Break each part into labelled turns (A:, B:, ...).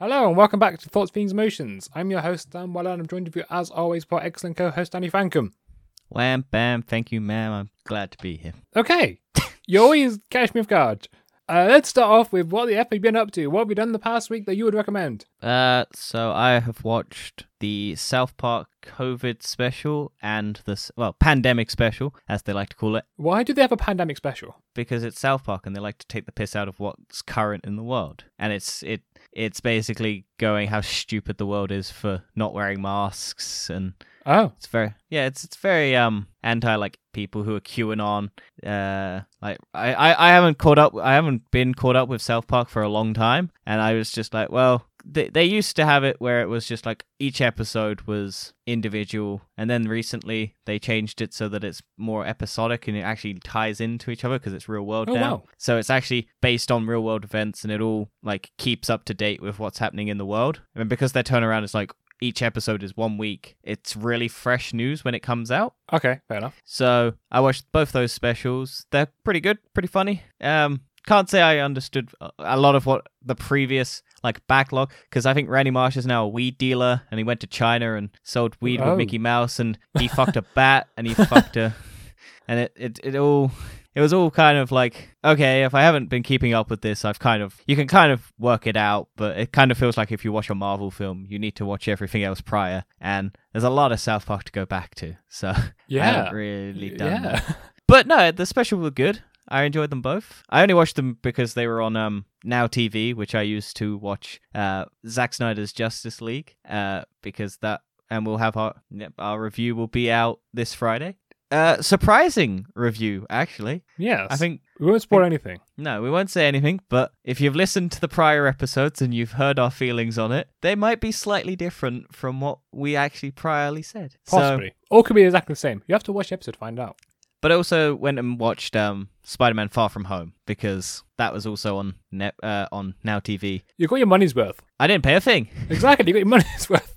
A: Hello and welcome back to Thoughts, Feelings, Emotions. I'm your host Dan Weller, and I'm joined with you as always by our excellent co-host Danny Fancom.
B: Wham bam, thank you, ma'am. I'm glad to be here.
A: Okay, you always catch me off guard. Uh, let's start off with what the F have you been up to? What have you done the past week that you would recommend?
B: Uh, so I have watched the South Park COVID special and the s- well pandemic special, as they like to call it,
A: Why do they have a pandemic special?
B: because it's South Park and they like to take the piss out of what's current in the world. And it's it it's basically going how stupid the world is for not wearing masks and
A: Oh,
B: It's very yeah, it's it's very um anti like people who are QAnon. Uh like I, I, I haven't caught up I haven't been caught up with South Park for a long time and I was just like, well, they they used to have it where it was just like each episode was individual and then recently they changed it so that it's more episodic and it actually ties into each other because it's real world
A: Oh,
B: now.
A: wow.
B: So it's actually based on real world events and it all like keeps up to date with what's happening in the world. And because their turnaround is like each episode is one week, it's really fresh news when it comes out.
A: okay, fair enough.
B: So I watched both those specials. They're pretty good, pretty funny. Um, can't say I understood a- a lot of what the previous like backlog because I think Randy Marsh is now a weed dealer and he went to China and sold weed
A: Oh.
B: with Mickey Mouse and he fucked a bat and he fucked a and it, it it all it was all kind of like okay if I haven't been keeping up with this I've kind of you can kind of work it out but it kind of feels like if you watch a Marvel film you need to watch everything else prior and there's a lot of South Park to go back to so I
A: Yeah,
B: haven't really done
A: yeah.
B: that. But no, the special were good. I enjoyed them both. I only watched them because they were on um Now TV, which I used to watch uh Zack Snyder's Justice League uh because that and we'll have our yep, our review will be out this Friday. Uh surprising review actually.
A: Yes,
B: I think
A: we won't spoil anything.
B: no, we won't say anything, but if you've listened to the prior episodes and you've heard our feelings on it, they might be slightly different from what we actually priorly said. So-
A: Possibly, all could be exactly the same. You have to watch the episode to find out.
B: But I also went and watched um, Spider-Man: Far From Home because that was also on net, uh, on Now TV.
A: You got your money's worth.
B: I didn't pay a thing,
A: Exactly, you got your money's worth.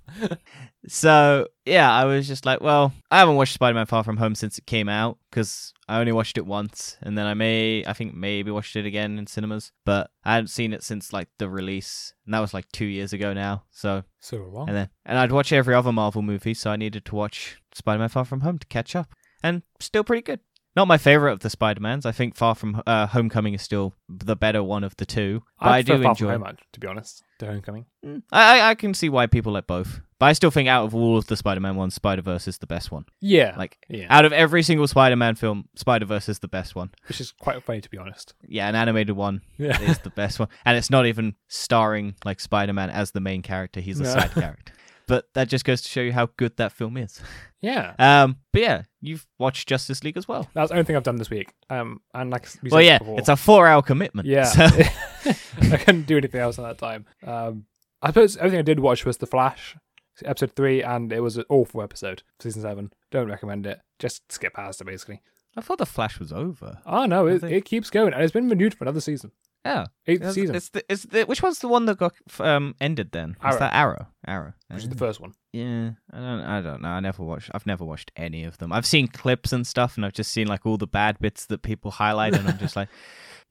B: so yeah, I was just like, well, I haven't watched Spider-Man: Far From Home since it came out because I only watched it once, and then I may, I think maybe watched it again in cinemas, but I hadn't seen it since like the release, and that was like two years ago now. So
A: so wrong.
B: and then and I'd watch every other Marvel movie, so I needed to watch Spider Man Far From Home to catch up, and still pretty good. Not my favorite of the Spider Mans. I think Far From uh, Homecoming is still the better one of the two, but I,
A: I, prefer
B: do
A: Far From
B: enjoy.
A: Home, actually, to be honest, to Homecoming.
B: Mm, I I- I can see why people like both, but I still think out of all of the Spider Man ones, Spider Verse is the best one.
A: Yeah,
B: Like
A: yeah,
B: out of every single Spider Man film, Spider Verse is the best one.
A: which is quite funny to be honest.
B: Yeah, an animated one
A: Yeah.
B: is the best one, and it's not even starring like Spider Man as the main character. He's a
A: No.
B: side character. But that just goes to show you how good that film is.
A: Yeah.
B: Um, but yeah, you've watched Justice League as well.
A: That's the only thing I've done this week. Um, and like we
B: Well,
A: said
B: yeah,
A: before,
B: it's a four-hour commitment.
A: yeah.
B: So,
A: I couldn't do anything else at that time. Um, I suppose everything I did watch was The Flash, episode three, and it was an awful episode, season seven. Don't recommend it. Just skip past it, basically.
B: I thought the Flash was over.
A: Oh no,
B: I
A: it,
B: think-
A: it keeps going, and it's been renewed for another season,
B: Yeah,
A: eighth
B: it's,
A: season,
B: it's the, it's the, which one's the one that got um ended then? Is
A: Arrow.
B: that Arrow? Arrow.
A: which is the first one.
B: Yeah, I don't, I don't know. I never watched. I've never watched any of them. I've seen clips and stuff, and I've just seen like all the bad bits that people highlight, and I'm just like,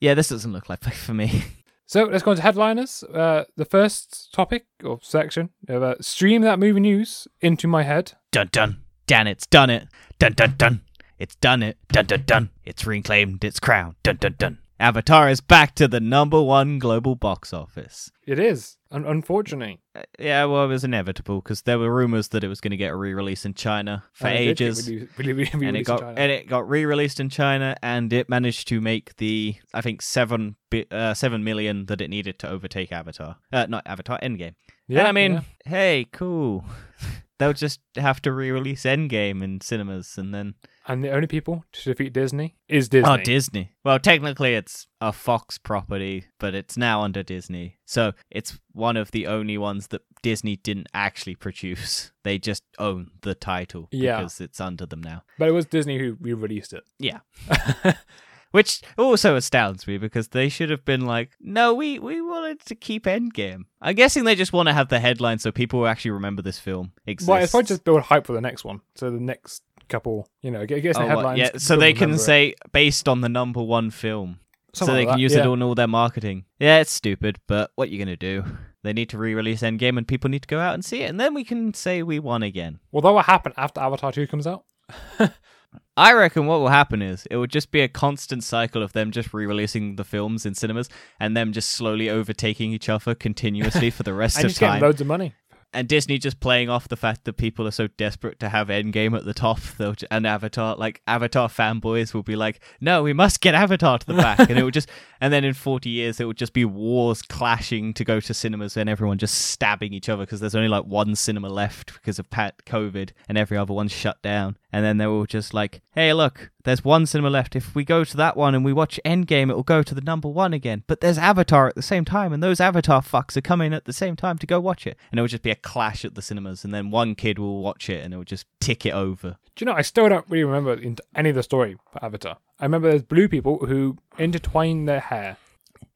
B: yeah, this doesn't look like for me.
A: So let's go on to headliners. Uh, the first topic or section of uh, stream that movie news into my head.
B: Dun dun. Dan, it's done it. Dun dun dun. It's done it. Dun dun dun. It's reclaimed its crown. Dun dun dun. Avatar is back to the number one global box office.
A: It is, un- unfortunately,
B: Uh, yeah, well, it was inevitable because there were rumors that it was going to get a re-release in China for
A: And it did
B: ages.
A: get rele- rele- released
B: and
A: in
B: it got
A: China.
B: and it got re-released in China, and it managed to make the I think seven bi- uh, seven million that it needed to overtake Avatar, uh, not Avatar Endgame. Yeah, and I mean,
A: yeah.
B: hey, cool. They'll just have to re-release Endgame in cinemas, and then
A: and the only people to defeat Disney is Disney.
B: Oh, Disney. Well, technically, it's a Fox property, but it's now under Disney. So it's one of the only ones that Disney didn't actually produce. They just own the title
A: Yeah.
B: because it's under them now.
A: But it was Disney who re-released it.
B: Yeah. Which also astounds me because they should have been like, no, we, we wanted to keep Endgame. I'm guessing they just want to have the headline so people will actually remember this film exists.
A: Well, it's probably just build hype for the next one. So the next couple, you know, get, get
B: Oh,
A: some
B: what?
A: headlines.
B: yeah, so
A: people
B: they can
A: remember it.
B: say based on the number one film.
A: Something
B: so they
A: like
B: can
A: that,
B: use
A: yeah.
B: it on all their marketing. Yeah, it's stupid, but what you gonna do? They need to re-release Endgame, and people need to go out and see it, and then we can say we won again.
A: Will that will happen after Avatar 2 comes out?
B: I reckon what will happen is it will just be a constant cycle of them just re-releasing the films in cinemas and them just slowly overtaking each other continuously for the rest
A: And
B: of
A: he's getting
B: time.
A: loads of money.
B: and Disney just playing off the fact that people are so desperate to have Endgame at the top, they'll ju- and Avatar, like Avatar fanboys, will be like, "No, we must get Avatar to the back," and it will just, and then in forty years, it will just be wars clashing to go to cinemas and everyone just stabbing each other because there's only like one cinema left because of pat COVID, and every other one's shut down, and then they will just like, "Hey, look, there's one cinema left. If we go to that one and we watch Endgame, it will go to the number one again. But there's Avatar at the same time, and those Avatar fucks are coming at the same time to go watch it. And it will just be a clash at the cinemas, and then one kid will watch it and it will just tick it over.
A: Do you know, I still don't really remember in- any of the story for Avatar. I remember there's blue people who intertwine their hair.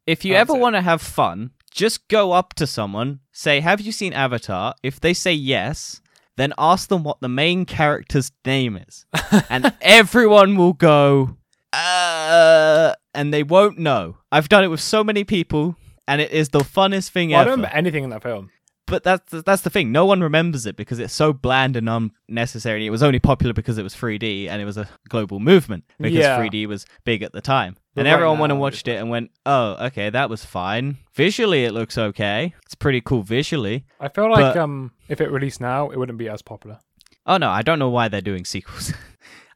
B: If you
A: That's
B: ever
A: it.
B: want to have fun, just go up to someone, say, Have you seen Avatar? If they say yes, then ask them what the main character's name is. and everyone will go, uh, and they won't know. I've done it with so many people, and it is the funnest thing
A: Well, I
B: ever.
A: don't remember anything in that film.
B: but that's that's the thing. No one remembers it because it's so bland and unnecessary. It was only popular because it was 3D and it was a global movement because
A: Yeah.
B: 3D was big at the time.
A: But
B: and
A: right
B: everyone went
A: now,
B: and watched it and went, "Oh, okay, that was fine. Visually, it looks okay. It's pretty cool visually."
A: I feel like
B: But-
A: um, if it released now, it wouldn't be as popular.
B: Oh no, I don't know why they're doing sequels.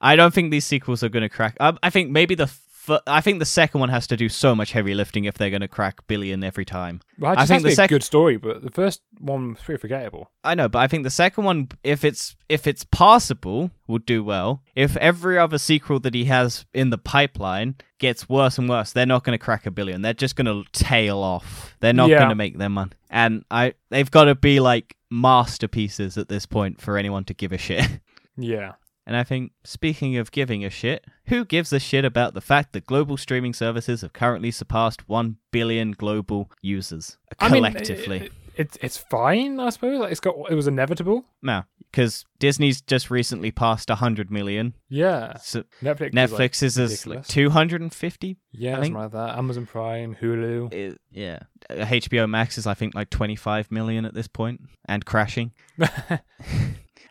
B: I don't think these sequels are going to crack. um, I, I think maybe the. f- I think the second one has to do so much heavy lifting if they're going to crack billion every time.
A: Well, it
B: I
A: just
B: think
A: has to
B: the
A: be
B: sec-
A: a good story, but the first one was pretty forgettable.
B: I know, but I think the second one, if it's if it's passable, will do well. If every other sequel that he has in the pipeline gets worse and worse, they're not going to crack a billion. They're just going to tail off. They're not
A: Yeah.
B: going to make their money. And I, they've got to be like masterpieces at this point for anyone to give a shit.
A: Yeah.
B: And I think, speaking of giving a shit, who gives a shit about the fact that global streaming services have currently surpassed 1 billion global users collectively?
A: I mean, it, it- it's fine, I suppose. Like, it's got it was inevitable.
B: No, because Disney's just recently passed 100 million.
A: Yeah.
B: So
A: Netflix. is, like,
B: Netflix is as like
A: ridiculous.
B: 250.
A: yeah,
B: I
A: something
B: think-
A: like that. Amazon Prime, Hulu.
B: Uh, yeah. Uh, HBO Max is I think like 25 million at this point and crashing.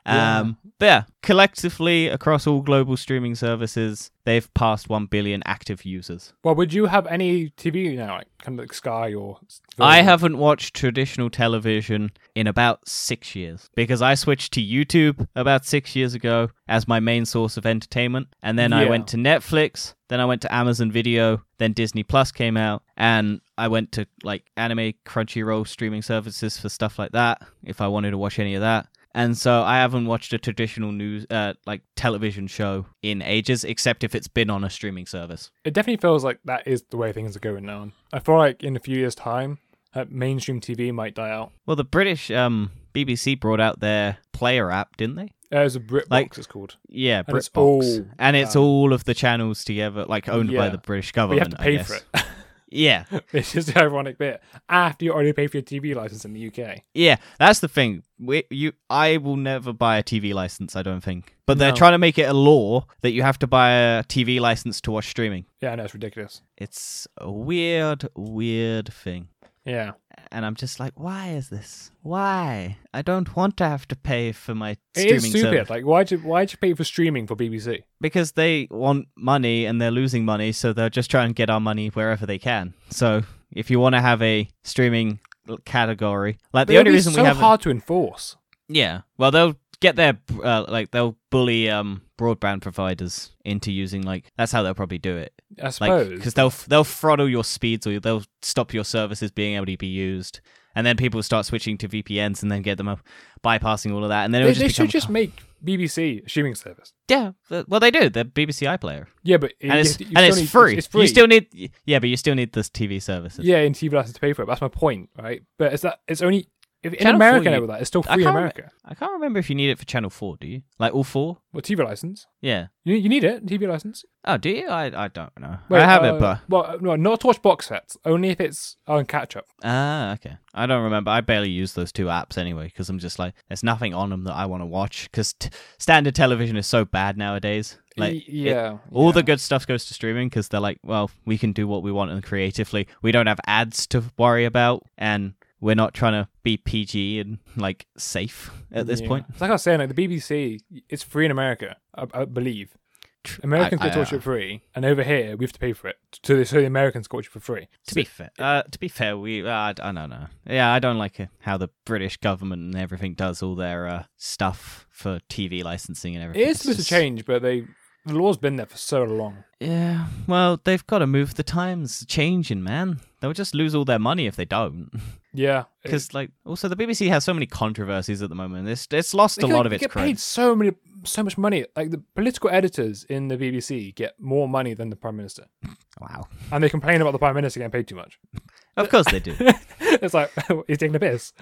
B: Um but yeah, collectively across all global streaming services, they've passed 1 billion active users.
A: well, would you have any TV now, like kind of like Sky or?
B: I haven't watched traditional television in about six years because I switched to YouTube about six years ago as my main source of entertainment. And then I
A: Yeah.
B: went to Netflix, then I went to Amazon Video, then Disney Plus came out, and I went to like anime Crunchyroll streaming services for stuff like that if I wanted to watch any of that. And so I haven't watched a traditional news, uh, like television show in ages, except if it's been on a streaming service.
A: It definitely feels like that is the way things are going now. I feel like in a few years' time, uh, mainstream TV might die out.
B: Well, the British um, BBC brought out their player app, didn't they?
A: Uh, There's a Britbox,
B: Like-
A: it's called.
B: Yeah,
A: And it's
B: BritBox,
A: all,
B: and it's
A: um,
B: all of the channels together, like owned by
A: yeah.
B: the British
A: But you
B: government.
A: have to
B: I
A: pay
B: guess.
A: for it.
B: Yeah,
A: it's just the ironic bit. After you already pay for your TV license in the UK.
B: yeah, that's the thing. We, you, I will never buy a TV license. I don't think, but they're
A: No.
B: trying to make it a law that you have to buy a TV license to watch streaming.
A: Yeah, I know it's ridiculous.
B: It's a weird, weird thing.
A: Yeah.
B: And I'm just like, why is this? Why? I don't want to have to pay for my
A: It
B: streaming
A: is stupid.
B: service.
A: Like, why'd you, why'd you pay for streaming for BBC?
B: because they want money and they're losing money, so they'll just try and get our money wherever they can. So if you want to have a streaming l- category, like the
A: But
B: only
A: it'll be
B: reason
A: so
B: we have,
A: hard to enforce.
B: yeah, well they'll get their uh, like they'll bully um broadband providers into using like that's how they'll probably do it,
A: I
B: like
A: suppose.
B: because they'll they'll throttle your speeds or they'll stop your services being able to be used. And then people start switching to VPNs and then get them up, bypassing all of that. And then
A: they
B: it'll just
A: they
B: become,
A: should just make BBC a streaming service.
B: yeah. th- Well, they do. They're BBC iPlayer.
A: Yeah, but you
B: and it's
A: have to- you
B: and
A: still
B: it's
A: need-
B: free.
A: It's, free.
B: You still need yeah, but you still need this TV services.
A: yeah, in TV license to pay for it. That's my point, right? But it's that it's only if, in
B: Channel
A: America
B: 4,
A: now
B: you-
A: with that it's still
B: I
A: free in
B: can't-
A: America.
B: I can't remember if you need it for Channel Four. Do you like all four?
A: Well, TV license.
B: Yeah.
A: You, you need it TV license.
B: Oh, do you? I I don't know.
A: Wait,
B: I have
A: uh,
B: it, but
A: well, no, not to watch box sets. Only if it's on catch up.
B: ah, okay. I don't remember. I barely use those two apps anyway because I'm just like, there's nothing on them that I want to watch because t- standard television is so bad nowadays. Like,
A: Y-
B: it-
A: yeah,
B: all
A: yeah.
B: the good stuff goes to streaming because they're like, well, we can do what we want and creatively. We don't have ads to worry about, and we're not trying to be PG and like safe at this
A: Yeah.
B: point.
A: It's like I was saying, like the BBC, it's free in America, I, I believe.
B: Tr-
A: Americans
B: I- uh,
A: get
B: I-
A: torture free, and over here we have to pay for it. So the, so the Americans torture for free.
B: To be fair, uh, to be fair, we uh, I d- I don't know. Yeah, I don't like uh, how the British government and everything does all their uh, stuff for TV licensing and everything.
A: It is
B: It's
A: supposed
B: just-
A: to change, but they the law's been there for so long.
B: Yeah, well, they've got to move the times changing, man. They'll just lose all their money if they don't.
A: Yeah, It-
B: Because like, also the BBC has so many controversies at the moment. It's it's lost
A: they
B: a
A: get-
B: lot of
A: they
B: its
A: get
B: cred.
A: paid so many, so much money. Like the political editors in the BBC get more money than the prime minister,
B: Wow,
A: and they complain about the prime minister getting paid too much.
B: of course they do.
A: it's like he's taking a piss.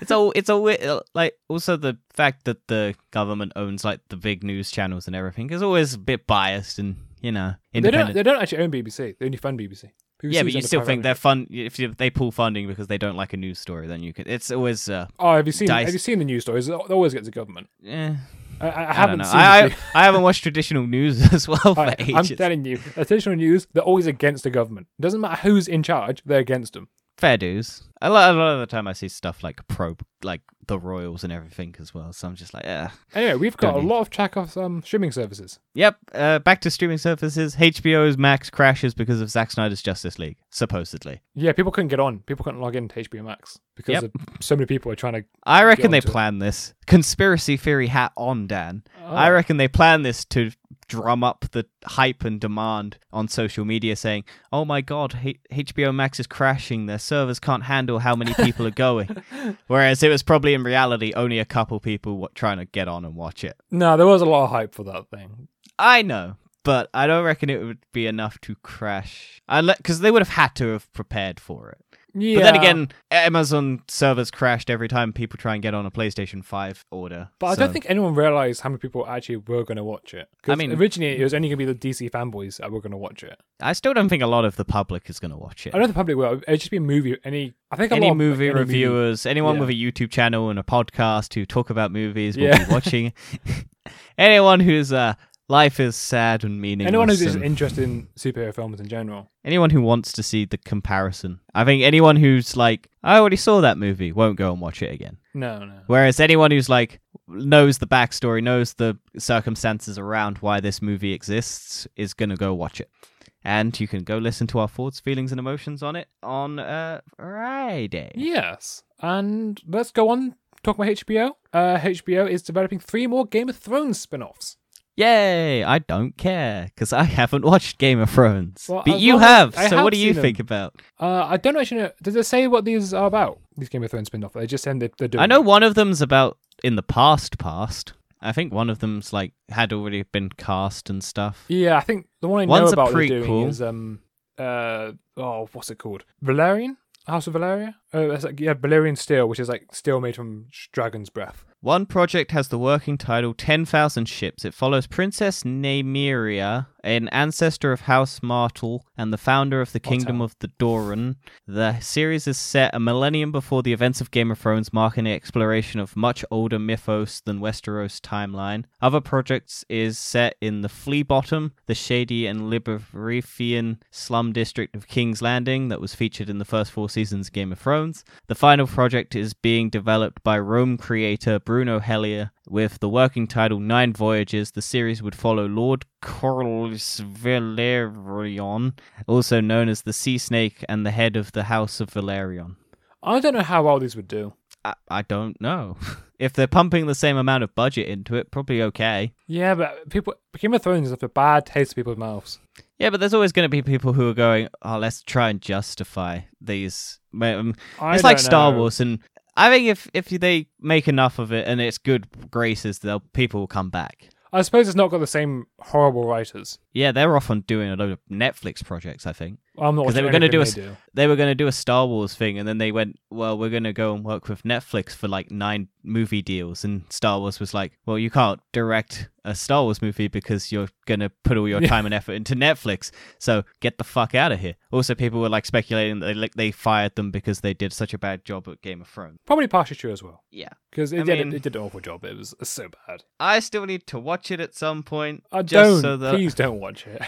B: It's all it's all uh, like also the fact that the government owns like the big news channels and everything is always a bit biased and you know
A: They don't.
B: independent.
A: They don't actually own BBC. They only fund BBC. BBC
B: yeah,
A: is
B: but you
A: under
B: still
A: private ownership.
B: think they're fun if you, they pull funding because they don't like a news story. Then you can. It's always uh,
A: Oh, have you seen?
B: dice.
A: Have you seen the news stories? It always gets a government.
B: eh,
A: I, I
B: I don't
A: haven't
B: know.
A: seen.
B: I,
A: the-
B: I, I haven't watched traditional news as well for
A: I, am
B: ages.
A: telling you, the traditional news, they're always against the government. It doesn't matter who's in charge, they're against them.
B: Fair dues. A lot, a lot of the time I see stuff like pro, like the royals and everything as well. So I'm just like, eh. yeah.
A: Anyway, we've got a
B: Don't need-
A: lot of track off um, streaming services.
B: Yep. Uh, back to streaming services. HBO's Max crashes because of Zack Snyder's Justice League, supposedly.
A: Yeah, people couldn't get on. People couldn't log in to HBO Max because
B: Yep.
A: of- so many people are trying to.
B: I reckon they
A: onto it.
B: planned this. Conspiracy theory hat on, Dan. I
A: Oh.
B: reckon they planned this to drum up the hype and demand on social media saying, oh my god, H- HBO Max is crashing. Their servers can't handle how many people are going. Whereas it was probably in reality only a couple people wa trying to get on and watch it.
A: No, there was a lot of hype for that thing.
B: I know, but I don't reckon it would be enough to crash. Because they would have had to have prepared for it.
A: Yeah.
B: But then again, Amazon servers crashed every time people try and get on a PlayStation 5 order.
A: But I don't
B: so-
A: think anyone realized how many people actually were going to watch it. 'Cause
B: I mean-
A: originally it was only going to be the DC fanboys that were going to watch it.
B: I still don't think a lot of the public is going to watch it.
A: I don't know the public will. It'd just be a movie. Any, I think a lot
B: Any
A: of-
B: movie
A: any
B: reviewers, anyone
A: Yeah.
B: with a YouTube channel and a podcast who talk about movies will
A: Yeah.
B: be watching. anyone whose uh, life is sad and meaningless.
A: Anyone who's just
B: and-
A: interested in superhero films in general.
B: anyone who wants to see the comparison. I think anyone who's like, I already saw that movie, won't go and watch it again.
A: No, no.
B: Whereas anyone who's like knows the backstory, knows the circumstances around why this movie exists, is gonna go watch it. And you can go listen to our thoughts, feelings, and emotions on it on uh, Friday.
A: Yes. And let's go on talk about HBO. Uh, HBO is developing three more Game of Thrones spin-offs.
B: Yay! I don't care because I haven't watched Game of Thrones,
A: Well,
B: but
A: I've
B: you
A: not-
B: have.
A: I
B: so
A: have
B: what do you
A: seen 'em.
B: think about?
A: Uh, I don't actually know. Does it say what these are about? These Game of Thrones spin-offs. They just said they- they're doing.
B: I know
A: it.
B: one of them's about in the past, past. I think one of them's like had already been cast and stuff.
A: Yeah, I think the one I know
B: One's a
A: about they're doing
B: prequel.
A: is um uh oh what's it called Valerian House of Valeria. Oh, that's like yeah Valerian steel, which is like steel made from sh- dragon's breath.
B: One project has the working title 10,000 Ships. It follows Princess Nymeria, an ancestor of House Martel and the founder of the Kingdom of the Doran. The series is set a millennium before the events of Game of Thrones, marking the exploration of much older mythos than Westeros timeline. Other projects is set in the Flea Bottom, the shady and Liberifian slum district of King's Landing that was featured in the first four seasons of Game of Thrones. The final project is being developed by Rome creator Bruno Hellier with the working title Nine Voyages. The series would follow Lord Corlys Valerion, also known as the Sea Snake and the head of the House of Valerion.
A: I don't know how well these would do.
B: I, I don't know. if they're pumping the same amount of budget into it, probably okay.
A: Yeah, but people Game of Thrones is a bad taste in people's mouths.
B: Yeah, but there's always going to be people who are going, oh, let's try and justify these. Um,
A: I
B: it's like
A: don't
B: Star
A: know.
B: Wars, and I think if if they make enough of it and it's good graces, they'll people will come back.
A: I suppose it's not got the same horrible writers.
B: Yeah, they're off on doing a load of Netflix projects. I think
A: I'm not
B: 'Cause they
A: watching
B: were gonna
A: anything
B: do a
A: they
B: s- they were going to do a Star Wars thing, and then they went, "Well, we're going to go and work with Netflix for like nine movie deals." And Star Wars was like, "Well, you can't direct a Star Wars movie because you're going to put all your
A: Yeah.
B: time and effort into Netflix. So get the fuck out of here." Also, people were like speculating that they like they fired them because they did such a bad job at Game of Thrones.
A: Probably partially true as well
B: Yeah.
A: because it,
B: I
A: did
B: mean-
A: it did an awful job. It was so bad.
B: I still need to watch it at some point.
A: I
B: just
A: don't.
B: So that
A: Please don't watch it.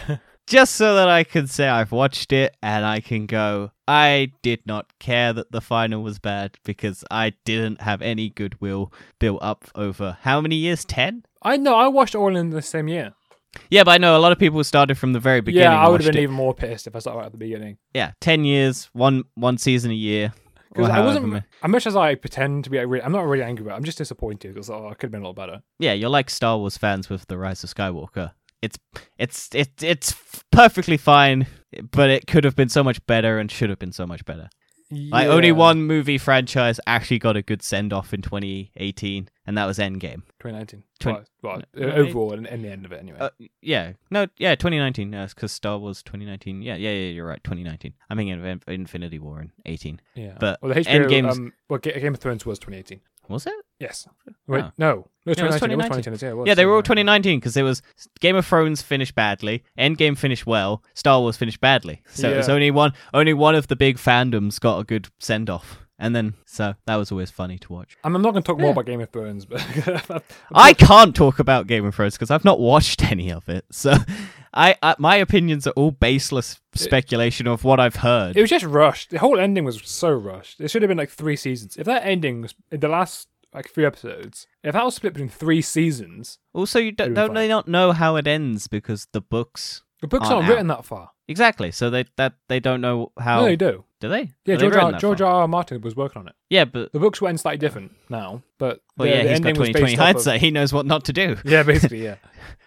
B: just so that I can say I've watched it and I can go, I did not care that the final was bad because I didn't have any goodwill built up over how many years? 10?
A: I know. I watched all in the same year.
B: Yeah, but I know a lot of people started from the very beginning.
A: yeah, I
B: and
A: would have
B: watched
A: been
B: it.
A: even more pissed if I started right at the beginning.
B: Yeah, 10 years, one one season a year. or
A: Because I
B: however
A: wasn't.
B: many.
A: As much as I pretend to be, like, really, I'm not really angry about. it. I'm just disappointed because oh, I could have been a lot better.
B: Yeah, you're like Star Wars fans with The Rise of Skywalker. It's it's it's it's f- perfectly fine, but it could have been so much better and should have been so much better. Like only
A: Yeah.
B: one movie franchise actually got a good send off in 2018, and that was Endgame.
A: 2019.
B: Twen-
A: well, well,
B: no,
A: uh, overall, in, in the end of it, anyway.
B: Uh, yeah, no, yeah, 2019. No, because Star Wars 2019. Yeah, yeah, yeah, you're right. 2019. I'm thinking of In- Infinity War in 18.
A: yeah.
B: but
A: well, the HBO,
B: Endgame's-
A: um, well, Ga- Game of Thrones was 2018.
B: Was it?
A: Yes. Wait,
B: Oh.
A: no. No, it was
B: No, it was
A: 2019. It was 2019. it was,
B: yeah, they were all
A: yeah.
B: 2019 because there was Game of Thrones finished badly, Endgame finished well, Star Wars finished badly. So it was
A: Yeah.
B: only one, only one of the big fandoms got a good send off, and then so that was always funny to watch.
A: I'm I'm not going to talk more
B: Yeah.
A: about Game of Thrones, but
B: I can't talk about Game of Thrones because I've not watched any of it, so I, I my opinions are all baseless speculation of what I've heard.
A: it was just rushed. The whole ending was so rushed. It should have been like three seasons. If that ending was in the last like three episodes, if that was split between three seasons,
B: also, you
A: it
B: don't,
A: was
B: don't
A: fine.
B: they not know how it ends because the books
A: the books
B: Aren't
A: aren't written that far.
B: exactly. So they that they don't know how
A: No, they do.
B: do they?
A: Yeah,
B: Oh. Are they
A: George
B: written
A: R.
B: that
A: George
B: far?
A: R. R. Martin was working on it.
B: Yeah, but
A: The books went slightly different now, but
B: well,
A: the,
B: yeah,
A: the
B: he's got
A: ending was
B: 2020
A: based off of-
B: hindsight. He knows what not to do.
A: Yeah, basically, yeah.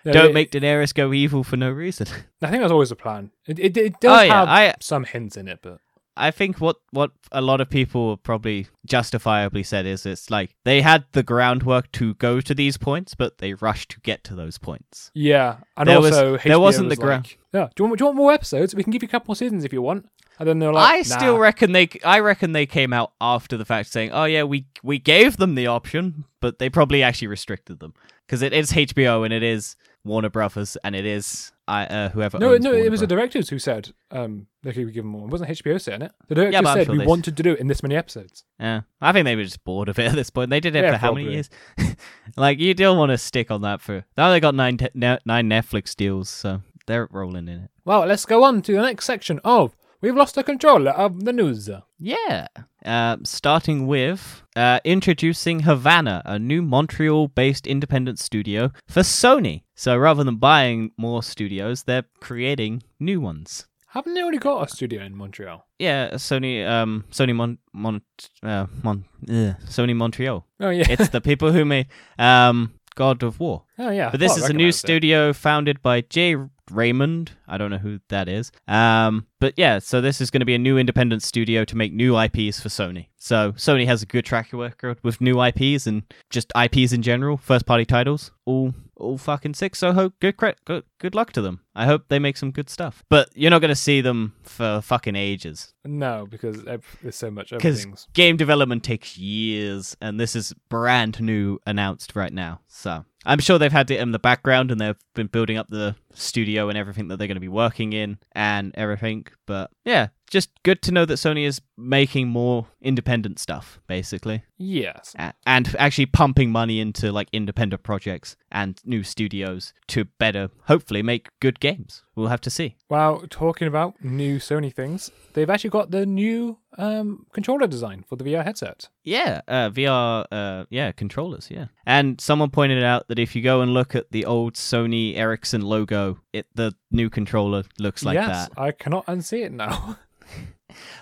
A: Yeah,
B: don't
A: it-
B: make Daenerys go evil for no reason.
A: I think that's always the plan. It it, it does
B: Oh, yeah,
A: have
B: I-
A: some hints in it, but
B: I think what what a lot of people probably justifiably said is it's like they had the groundwork to go to these points, but they rushed to get to those points.
A: yeah, and
B: There was-
A: also
B: there
A: HBO
B: wasn't
A: was
B: the gra-
A: like, Yeah, do you want do you want more episodes? We can give you a couple more seasons if you want. And then they're like,
B: I still
A: "Nah."
B: reckon they I reckon they came out after the fact saying, "Oh yeah, we we gave them the option, but they probably actually restricted them because it is HBO and it is Warner Brothers and it is I uh, whoever
A: No,
B: owns
A: no,
B: Warner
A: it was the
B: Bros.
A: directors who said um, they could give them more. It wasn't HBO saying it. The directors
B: but I'm
A: said
B: sure
A: we
B: they s-
A: wanted to do it in this many episodes.
B: Yeah, I think they were just bored of it at this point. They did it
A: Yeah,
B: for how many
A: probably.
B: years? like you don't want to stick on that for now. They got nine te- ne- nine Netflix deals, so they're rolling in it.
A: Well, let's go on to the next section of We've Lost the Controller of the News.
B: Yeah. Um, starting with uh, introducing Havana, a new Montreal based independent studio for Sony. So rather than buying more studios, they're creating new ones.
A: Haven't they already got a studio in Montreal?
B: Yeah, Sony, um, Sony Mon, Mon, uh, Mon, ugh, Sony Montreal.
A: Oh, yeah.
B: It's the people who made um, God of War.
A: oh, yeah. I
B: But this
A: thought I
B: is a new
A: recognised it.
B: studio founded by Jay Raymond. I don't know who that is. Um, but yeah, so this is going to be a new independent studio to make new IPs for Sony. So Sony has a good track record with new IPs and just IPs in general, first party titles, all all fucking sick. So hope good cre- good good luck to them. I hope they make some good stuff. But you're not going to see them for fucking ages
A: No, because ev- there's so much other
B: because
A: things.
B: game development takes years, and this is brand new announced right now. So I'm sure they've had it in the background, and they've been building up the studio and everything that they're going to be working in and everything. But yeah, just good to know that Sony is making more independent stuff, basically,
A: Yes.
B: a- and actually pumping money into like independent projects and new studios to better, hopefully, make good games. We'll have to see.
A: Well, talking about new Sony things, they've actually got the new um, controller design for the VR headset.
B: Yeah, uh, VR, uh, yeah, controllers, yeah. And someone pointed out that if you go and look at the old Sony Ericsson logo, it the new controller looks like
A: yes,
B: that.
A: I cannot unsee it now.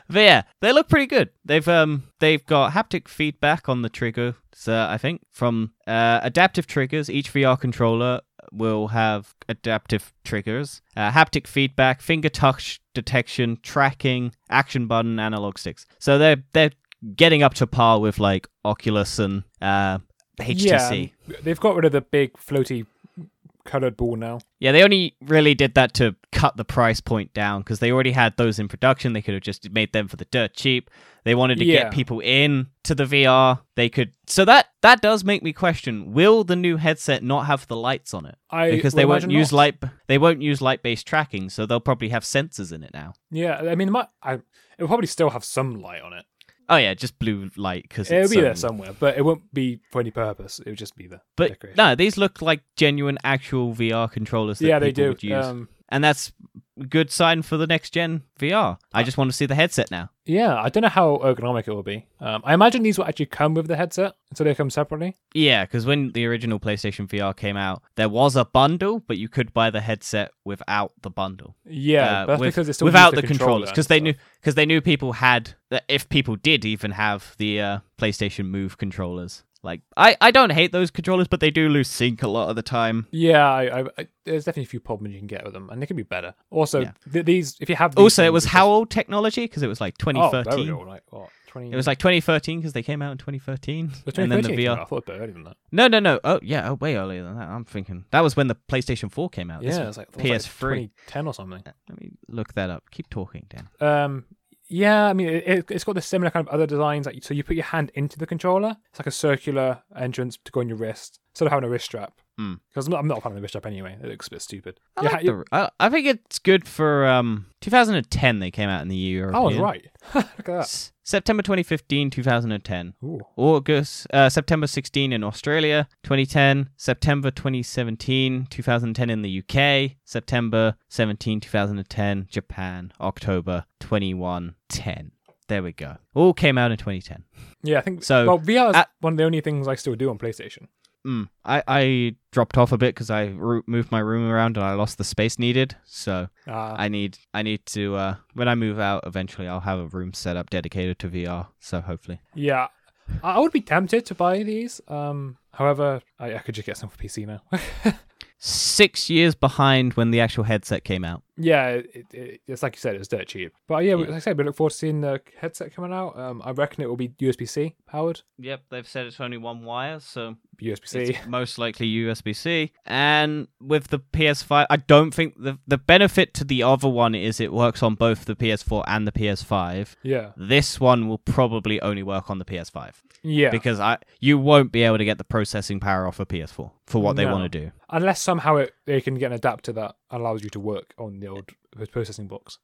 B: But yeah, they look pretty good. They've um they've got haptic feedback on the trigger, so I think from uh, adaptive triggers. Each VR controller will have adaptive triggers, uh, haptic feedback, finger touch detection, tracking, action button, analog sticks. So they're they're getting up to par with like Oculus and uh, HTC.
A: Yeah, they've got rid of the big floaty coloured ball now.
B: Yeah, they only really did that to cut the price point down because they already had those in production. They could have just made them for the dirt cheap. They wanted to
A: Yeah.
B: get people in to the VR. They could. So that that does make me question: Will the new headset not have the lights on it?
A: I
B: Because
A: would
B: they won't
A: imagine
B: use
A: not.
B: light. They won't use light-based tracking, so they'll probably have sensors in it now.
A: Yeah, I mean, it might, I, it'll probably still have some light on it.
B: Oh yeah, just blue light because
A: It'll be there
B: somewhere.
A: somewhere, but it won't be for any purpose. It would just be there.
B: But
A: decoration.
B: no, these look like genuine, actual VR controllers. That
A: yeah, they
B: people
A: do.
B: Would use.
A: Um,
B: and that's good sign for the next gen VR.
A: uh,
B: I just want to see the headset now.
A: Yeah, I don't know how ergonomic it will be. Um, I imagine these will actually come with the headset, so they come separately.
B: Yeah, because when the original PlayStation VR came out, there was a bundle, but you could buy the headset without the bundle.
A: Yeah,
B: Uh,
A: but that's
B: with-
A: because it's still
B: without
A: used
B: the
A: the
B: controllers, because they
A: controller,
B: knew because they knew people had that if people did even have the uh, PlayStation Move controllers. Like I, I don't hate those controllers, but they do lose sync a lot of the time.
A: Yeah, I, I, I, there's definitely a few problems you can get with them, and they can be better. Also,
B: Yeah.
A: th- these if you have these
B: Also, it
A: things,
B: was
A: it's
B: how old technology? Because it was like
A: just- Oh,
B: 2013.
A: very old, like what? Twenty.
B: it was like 2013 because they came out in 2013,
A: was
B: and then the
A: 2013 came out.
B: VR.
A: I thought it was earlier than that.
B: No, no, no. Oh, yeah, oh, way earlier than that. I'm thinking that was when the PlayStation 4 came out. This
A: Yeah, it's
B: was
A: like it was like
B: PS3.
A: 2010 or something.
B: Let me look that up. Keep talking, Dan.
A: Um, yeah, I mean, it- it, it's got the similar kind of other designs. Like, so you put your hand into the controller. It's like a circular entrance to go on your wrist, instead of having a wrist strap.
B: Mm.
A: Because I'm, not- I'm not a fan of the wrist strap anyway. It looks a bit stupid.
B: I,
A: Your
B: like
A: ha- your-
B: the- I, I think it's good for um 2010. They came out in the EU.
A: I was Oh, right. Uh, Look at that.
B: September 2015, 2010.
A: Ooh.
B: August, uh, September 16 in Australia, 2010, September 2017, 2010 in the UK, September 17, 2010, Japan, October 21, 10. There we go. All came out in 2010.
A: Yeah, I think
B: So,
A: Well, VR is
B: at-
A: one of the only things I still do on PlayStation.
B: Mm, I, I dropped off a bit because I ro- moved my room around and I lost the space needed. So
A: Uh,
B: I need I need to uh, when I move out eventually I'll have a room set up dedicated to VR. So hopefully,
A: yeah, I I would be tempted to buy these. Um, however, I, I could just get some for PC now.
B: six years behind when the actual headset came out.
A: yeah, it, it, it's like you said, it's dirt cheap. But yeah,
B: Yeah.
A: like I said, we look forward to seeing the headset coming out. Um, I reckon it will be USB C powered.
B: Yep, they've said it's only one wire, so
A: USB C.
B: it's most likely USB C. And with the PS5, I don't think the the benefit to the other one is it works on both the PS4 and the PS5.
A: Yeah,
B: This one will probably only work on the PS5
A: yeah.
B: because I you won't be able to get the processing power off a PS4 for what they
A: No.
B: want to do.
A: Unless somehow it, they can get an adapter that allows you to work on the old processing box,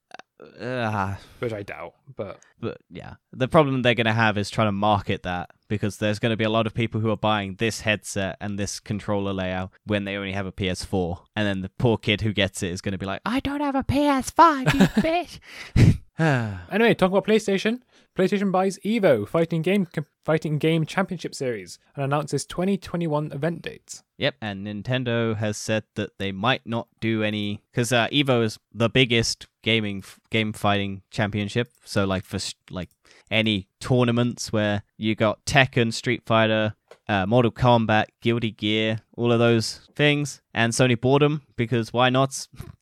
B: Uh,
A: which I doubt. But
B: but yeah, the problem they're going to have is trying to market that because there's going to be a lot of people who are buying this headset and this controller layout when they only have a PS4, and then the poor kid who gets it is going to be like, "I don't have a PS5, you bitch."
A: Anyway, talking about PlayStation, PlayStation buys Evo Fighting Game Fighting Game Championship Series and announces 2021 event dates.
B: Yep, and Nintendo has said that they might not do any because uh, Evo is the biggest gaming f- game fighting championship. So like for s- like any tournaments where you got Tekken, Street Fighter, uh, Mortal Kombat, Guilty Gear, all of those things, and Sony bought 'em because why not?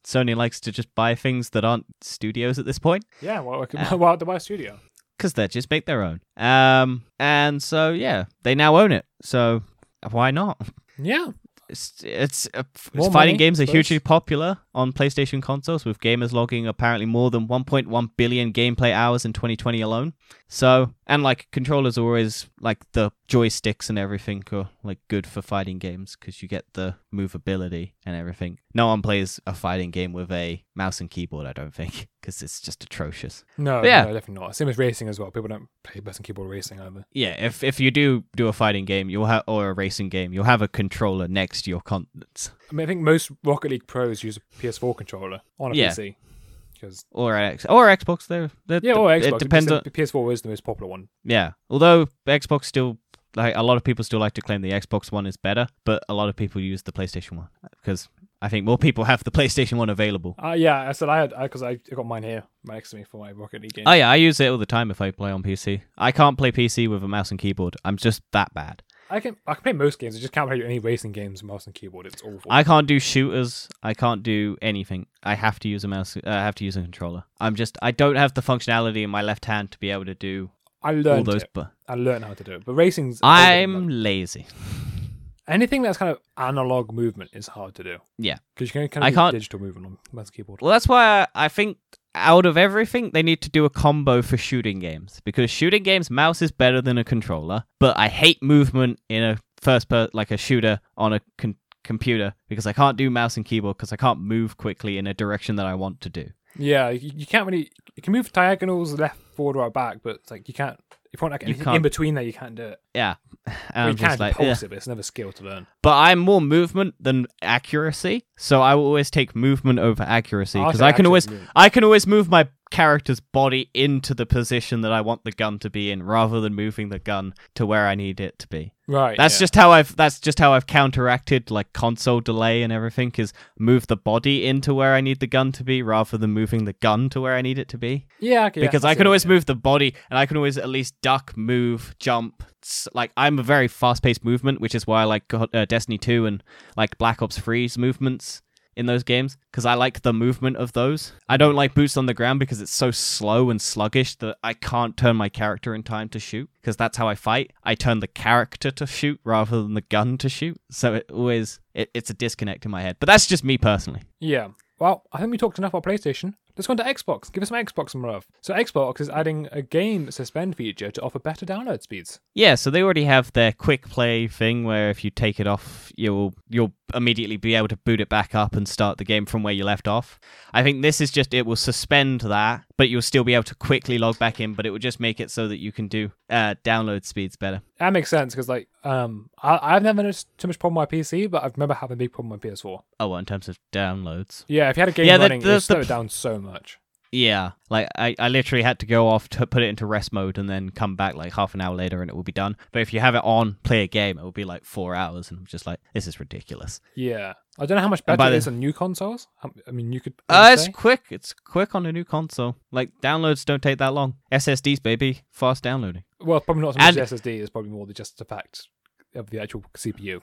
B: Sony likes to just buy things that aren't studios at this point
A: Yeah, well, like,
B: Uh.
A: well, the Wire Studio.
B: because they just make their own. Um, and so yeah, they now own it. So why not?
A: Yeah,
B: it's it's, uh, f-
A: More
B: fighting
A: money,
B: games are
A: first.
B: hugely popular on PlayStation consoles, with gamers logging apparently more than 1.1 billion gameplay hours in 2020 alone. So, and like controllers are always like the joysticks and everything are like good for fighting games because you get the movability and everything. No one plays a fighting game with a mouse and keyboard, I don't think, because it's just atrocious.
A: no,
B: But yeah.
A: no, definitely not. Same as racing as well. People don't play best and keyboard racing either.
B: yeah, if if you do do a fighting game, you'll have or a racing game, you'll have a controller next to your con.
A: I mean, I think most Rocket League pros use a PS4 controller on a
B: Yeah.
A: PC because
B: or an X or Xbox. They're, they're
A: yeah, or Xbox.
B: It depends on
A: the PS4 is the most popular one.
B: yeah. Although Xbox still like a lot of people still like to claim the Xbox One is better, but a lot of people use the PlayStation One because I think more people have the PlayStation One available.
A: Uh, yeah, I said I had because I, I got mine here right next to me for my Rocket League game.
B: Oh yeah, I use it all the time if I play on PC. I can't play PC with a mouse and keyboard. I'm just that bad.
A: I can I can play most games. I just can't play any racing games with mouse and keyboard. It's awful.
B: I can't do shooters. I can't do anything. I have to use a mouse. Uh, I have to use a controller. I'm just. I don't have the functionality in my left hand to be able to do
A: I
B: all
A: learned
B: those.
A: it.
B: Bu-
A: I learned how to do it. But racing's
B: I'm lazy.
A: anything that's kind of analog movement is hard to do.
B: Yeah.
A: because you can kind of
B: I
A: do
B: can't-
A: digital movement on mouse and keyboard.
B: Well, that's why I I think out of everything, they need to do a combo for shooting games because shooting games mouse is better than a controller, but I hate movement in a first per like a shooter on a con- computer because I can't do mouse and keyboard because I can't move quickly in a direction that I want to do.
A: Yeah, you, you can't really. You can move diagonals left, forward, or back, but it's like you can't. If you want like
B: You
A: anything in
B: can't.
A: between there, you can't do it.
B: Yeah,
A: Well,
B: I'm
A: you can
B: just like,
A: pulse
B: "Ugh."
A: it, but it's never skill to learn.
B: but I'm more movement than accuracy, so I will always take movement over accuracy
A: Oh,
B: because
A: okay,
B: I can
A: actually,
B: always
A: movement.
B: I can always move my character's body into the position that I want the gun to be in, rather than moving the gun to where I need it to be.
A: Right.
B: That's
A: yeah.
B: just how I've that's just how I've counteracted like console delay and everything is move the body into where I need the gun to be rather than moving the gun to where I need it to be
A: yeah. okay, yeah,
B: because I
A: see
B: can
A: what
B: always
A: you
B: move the body and I can always at least duck, move, jump. S like I'm a very fast-paced movement, which is why I like God- uh, Destiny 2 and like Black Ops 3's movements in those games because I like the movement of those. I don't like boots on the ground because it's so slow and sluggish that I can't turn my character in time to shoot because that's how I fight. I turn the character to shoot rather than the gun to shoot. So it always it, it's a disconnect in my head. But that's just me personally.
A: Yeah. Well, I think we talked enough about PlayStation. Let's go on to Xbox. Give us some Xbox some love. So Xbox is adding a game suspend feature to offer better download speeds.
B: Yeah, so they already have their quick play thing where if you take it off, you'll you'll immediately be able to boot it back up and start the game from where you left off. I think this is just it will suspend that, but you'll still be able to quickly log back in, but it will just make it so that you can do uh, download speeds better.
A: That makes sense because like um I, I've never noticed too much problem on my PC, but I remember having a big problem on PS4.
B: Oh, well, in terms of downloads.
A: Yeah, if you had a game
B: Yeah, the-
A: running, it
B: the-
A: would slow
B: the-
A: it down so much.
B: Yeah, like I, I literally had to go off to put it into rest mode and then come back like half an hour later and it will be done. But if you have it on, play a game, it will be like four hours, and I'm just like, this is ridiculous.
A: Yeah, I don't know how much
B: And
A: better
B: by
A: it
B: the-
A: is on new consoles. How- I mean, you could.
B: Uh, it's
A: say?
B: quick. It's quick on a new console. Like downloads don't take that long. SSDs, baby, fast downloading.
A: well, probably not so much
B: and-
A: the SSD. It's probably more the just the fact of the actual CPU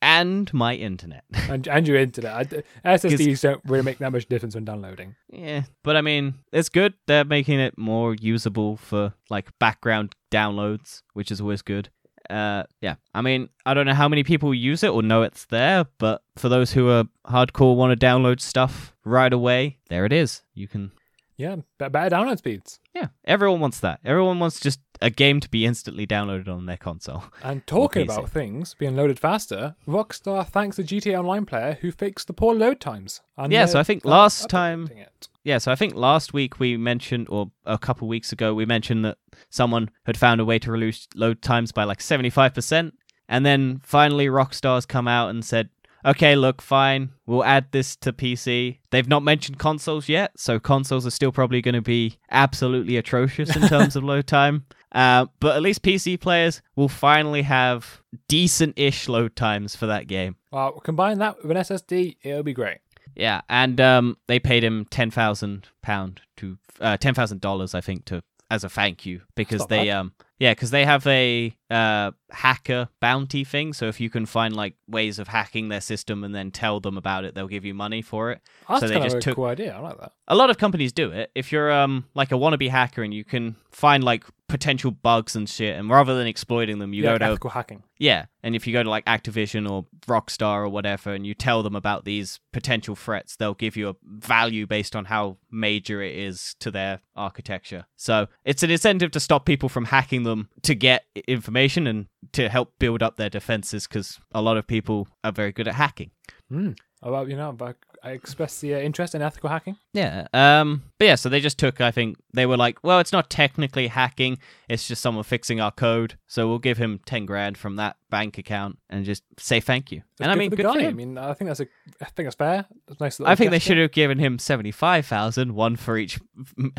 B: And my internet.
A: and and your internet. I d SSDs don't really make that much difference when downloading.
B: yeah, but I mean, it's good. They're making it more usable for like background downloads, which is always good. Uh, yeah. I mean, I don't know how many people use it or know it's there, but for those who are hardcore want to download stuff right away, there it is. You can
A: Yeah, be- better download speeds.
B: yeah, everyone wants that. Everyone wants just a game to be instantly downloaded on their console.
A: And talking
B: PC.
A: about things being loaded faster, Rockstar thanks the GTA Online player who fixed the poor load times. And
B: Yeah,
A: they're
B: so I think
A: now
B: last time-
A: updating it.
B: Yeah, so I think last week we mentioned, or a couple weeks ago, we mentioned that someone had found a way to reduce load times by like 75%. And then finally, Rockstar's come out and said, okay, look, fine, we'll add this to PC. They've not mentioned consoles yet, so consoles are still probably going to be absolutely atrocious in terms of load time. Uh, but at least PC players will finally have decent ish load times for that game.
A: Uh, combine that with an SSD, it'll be great.
B: Yeah, and um, they paid him ten thousand pound to uh, ten thousand dollars, I think, to as a thank you because
A: not
B: they
A: bad.
B: um yeah because they have a uh hacker bounty thing. So if you can find like ways of hacking their system and then tell them about it, they'll give you money for it.
A: Oh, That's
B: So they
A: kind of
B: just
A: a
B: took-
A: cool idea. I like that.
B: A lot of companies do it. If you're um like a wannabe hacker and you can find like potential bugs and shit, and rather than exploiting them, you
A: yeah,
B: go to
A: ethical hacking.
B: yeah, and if you go to like Activision or Rockstar or whatever, and you tell them about these potential threats, they'll give you a value based on how major it is to their architecture. So it's an incentive to stop people from hacking them to get i- information and to help build up their defenses, because a lot of people are very good at hacking.
A: Mm. Oh, well, you know, but I express the uh, interest in ethical hacking.
B: Yeah. Um. But yeah, so they just took. I think they were like, well, it's not technically hacking. It's just someone fixing our code. So we'll give him ten grand from that bank account and just say thank you.
A: That's
B: and I
A: good
B: mean,
A: for the
B: good
A: guy.
B: for
A: I
B: him.
A: mean, I think that's a, I think that's fair. That's nice.
B: I think they should have given him seventy five thousand, one for each,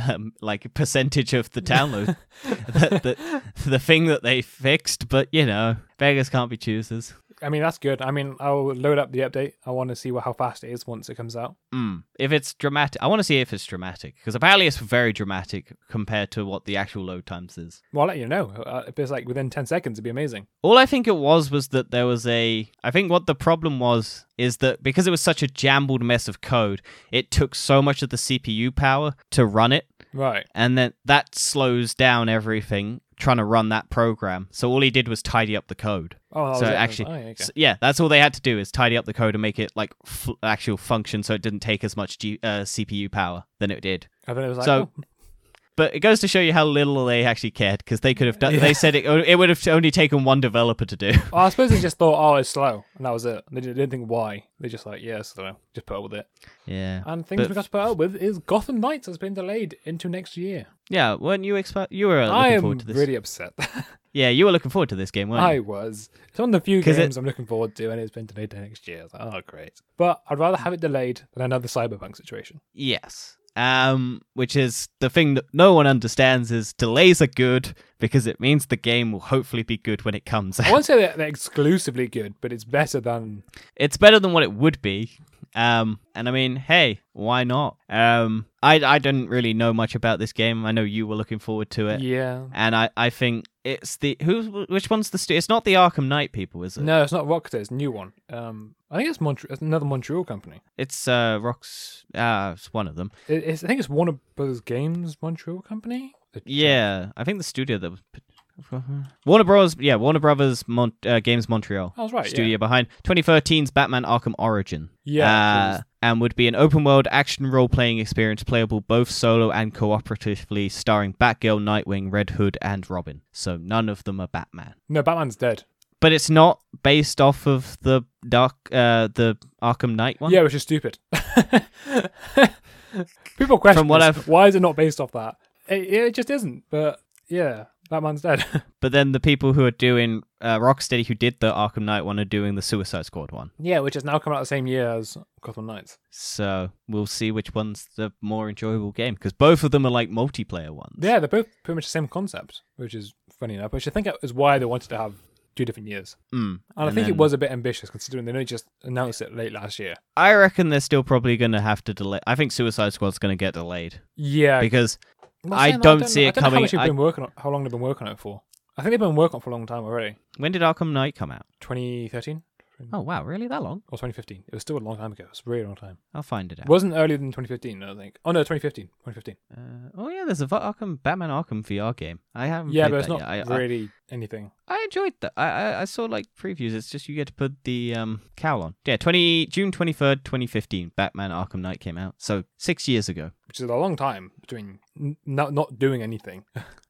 B: um, like percentage of the download, the, the, the thing that they fixed. But you know, beggars can't be choosers.
A: I mean, that's good. I mean, I'll load up the update. I want to see what, how fast it is once it comes out.
B: Mm. If it's dramatic, I want to see if it's dramatic because apparently it's very dramatic compared to what the actual load times is.
A: Well, I'll let you know. Uh, if it's like within ten seconds, it'd be amazing.
B: All I think it was was that there was a. I think what the problem was is that because it was such a jumbled mess of code, it took so much of the CPU power to run it
A: Right.
B: and then that slows down everything trying to run that program. So all he did was tidy up the code.
A: Oh, that was
B: So
A: it.
B: actually-
A: Oh, yeah, okay.
B: So, yeah, that's all they had to do is tidy up the code and make it like f- actual function, so it didn't take as much G- uh, CPU power than it did.
A: And then it was like,
B: so-
A: oh,
B: But it goes to show you how little they actually cared because they could have done. They said it. It would have only taken one developer to do.
A: Well, I suppose they just thought, oh, it's slow, and that was it. They didn't think why. They just like, yes, I don't know, just put up with it.
B: Yeah.
A: And things
B: But-
A: we got to put up with is Gotham Knights has been delayed into next year.
B: Yeah. Weren't you exp- You were uh, looking
A: I am
B: forward to this.
A: really upset.
B: Yeah, you were looking forward to this game, weren't
A: I
B: you?
A: was. It's one of the few
B: 'Cause it-
A: games I'm looking forward to, and it's been delayed to next year. I was like, oh, great. But I'd rather have it delayed than another cyberpunk situation.
B: Yes. Um, which is the thing that no one understands is delays are good because it means the game will hopefully be good when it comes
A: I
B: out.
A: won't say that they're exclusively good, but it's better than
B: It's better than what it would be. Um, and I mean, hey, why not? Um, I I didn't really know much about this game. I know you were looking forward to it,
A: yeah.
B: and I I think it's the who which one's the stu- it's not the Arkham Knight people, is it?
A: No, it's not Rockstar. It's a new one. Um, I think it's Montreal. It's another Montreal company.
B: It's uh Rocks. Uh, it's one of them.
A: It, it's, I think it's Warner Brothers Games Montreal company.
B: Yeah, I think the studio that Warner Bros. Yeah, Warner Brothers Mon- uh, Games Montreal.
A: I was right.
B: studio
A: Yeah.
B: behind 2013's Batman Arkham Origin.
A: Yeah,
B: Uh, and would be an open world action role playing experience playable both solo and cooperatively, starring Batgirl, Nightwing, Red Hood, and Robin. So none of them are Batman.
A: No, Batman's dead.
B: But it's not based off of the Dark, uh, the Arkham Knight one.
A: Yeah, which is stupid. People question
B: From what
A: this,
B: I've-
A: why is it not based off that? It, it just isn't. But yeah, Batman's dead.
B: But then the people who are doing uh, Rocksteady, who did the Arkham Knight one, are doing the Suicide Squad one.
A: yeah, which has now come out the same year as Gotham Knights.
B: So we'll see which one's the more enjoyable game because both of them are like multiplayer ones.
A: Yeah, they're both pretty much the same concept, which is funny enough. Which I think is why they wanted to have two different years.
B: Mm.
A: And, I
B: And
A: think it
B: then-
A: was a bit ambitious considering they only just announced it late last year.
B: I reckon they're still probably going to have to delay. I think Suicide Squad's going to get delayed
A: Yeah,
B: because
A: I'm not
B: I
A: saying that,
B: don't see
A: know-
B: it
A: I don't Know how,
B: coming-
A: much they've
B: I-
A: been working on, how long they've been working on it for? I think they've been working on it for a long time already.
B: when did Arkham Knight come out?
A: 2013
B: Oh wow, really that long?
A: or 2015. It was still a long time ago. It was a really long time.
B: I'll find it
A: It
B: out.
A: wasn't earlier than 2015, I don't think. Oh no, 2015. 2015.
B: Uh, oh yeah, there's a Va- Arkham Batman Arkham VR game. I haven't.
A: Yeah,
B: played
A: but it's
B: that
A: not
B: yet. I, I-
A: really anything.
B: I, enjoyed that. I, I I saw like previews. It's just you get to put the um cowl on. Yeah, twenty June twenty third, twenty fifteen. Batman Arkham Knight came out. So six years ago.
A: Which is a long time between n- not not doing anything.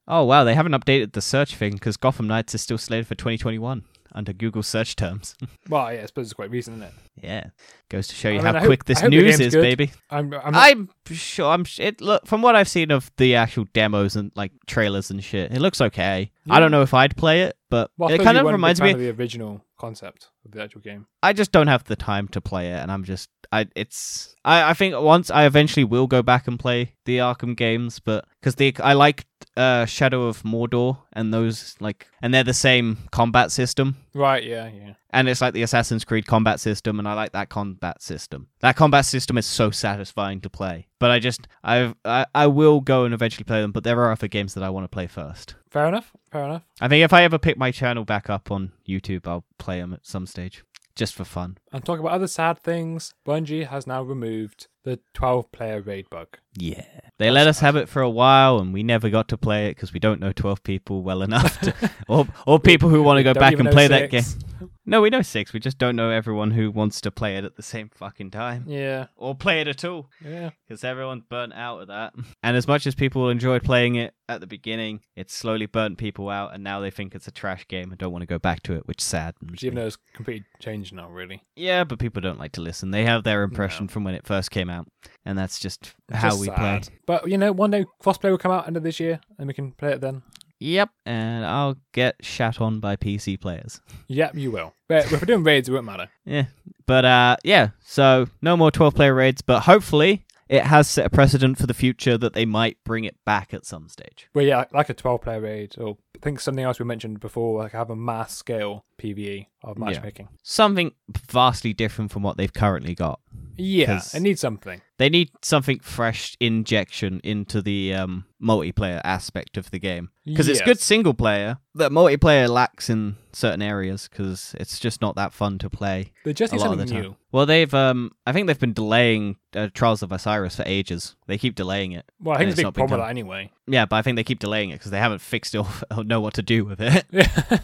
B: Oh wow, they haven't updated the search thing because Gotham Knights is still slated for twenty twenty one under Google search terms.
A: Well, yeah, I suppose it's quite recent, isn't it?
B: yeah, goes to show you
A: mean, I
B: how
A: hope-
B: quick
A: I
B: this
A: hope the
B: news
A: game's
B: is,
A: good.
B: baby.
A: I'm, I'm not-
B: I'm sure. I'm. sh- It look from what I've seen of the actual demos and like trailers and shit. It looks okay. I don't know if I'd play it, but
A: well, I
B: it
A: suppose
B: kind
A: you
B: of
A: weren't a big
B: reminds
A: fan
B: me.
A: of the original concept of the actual game.
B: I just don't have the time to play it, and I'm just. I it's. I I think once I eventually will go back and play the Arkham games, but because the I liked uh Shadow of Mordor and those like and they're the same combat system.
A: Right? Yeah, yeah.
B: And it's like the Assassin's Creed combat system, and I like that combat system. That combat system is so satisfying to play. But I just, I've, I, I will go and eventually play them. But there are other games that I want to play first.
A: Fair enough. Fair enough.
B: I think if I ever pick my channel back up on YouTube, I'll play them at some stage, just for fun.
A: And talk about other sad things. Bungie has now removed the 12-player raid bug.
B: Yeah, they let us have it for a while, and we never got to play it because we don't know twelve people well enough, to, or or people who want to go
A: Don't
B: back
A: even
B: and
A: know
B: play that game.
A: six.
B: No, we know six. We just don't know everyone who wants to play it at the same fucking time
A: Yeah,
B: or play it at all.
A: yeah.
B: because everyone's burnt out of that. And as much as people enjoyed playing it at the beginning, it slowly burnt people out, and now they think it's a trash game and don't want to go back to it, which saddens
A: Which even
B: me.
A: though it's completely changed now, really.
B: Yeah, but people don't like to listen. They have their impression from when it first came out, and that's just
A: It's
B: how
A: just
B: we
A: sad.
B: play.
A: But you know, one day crossplay will come out end of this year, and we can play it then.
B: Yep, and I'll get shat on by PC players.
A: Yep, you will. But if we're doing raids, it won't matter.
B: Yeah, but uh, yeah. So no more twelve-player raids, but hopefully it has set a precedent for the future that they might bring it back at some stage.
A: Well, yeah, like a twelve-player raid, or I think something else we mentioned before, like have a mass scale PVE of
B: Yeah.
A: matchmaking.
B: Something vastly different from what they've currently got.
A: Yeah,
B: 'Cause-
A: it needs something.
B: They need something fresh injection into the um, multiplayer aspect of the game because it's
A: Yes.
B: good single player. That multiplayer lacks in certain areas because it's just not that fun to play
A: They just
B: a
A: need
B: lot of the
A: something
B: time.
A: new.
B: Well, they've um, I think they've been delaying uh, Trials of Osiris for ages. They keep delaying it.
A: Well, I
B: And
A: think
B: it's
A: it's a
B: not
A: big
B: been
A: problem with
B: done.
A: that anyway.
B: Yeah, but I think they keep delaying it because they haven't fixed it or or know what to do with it.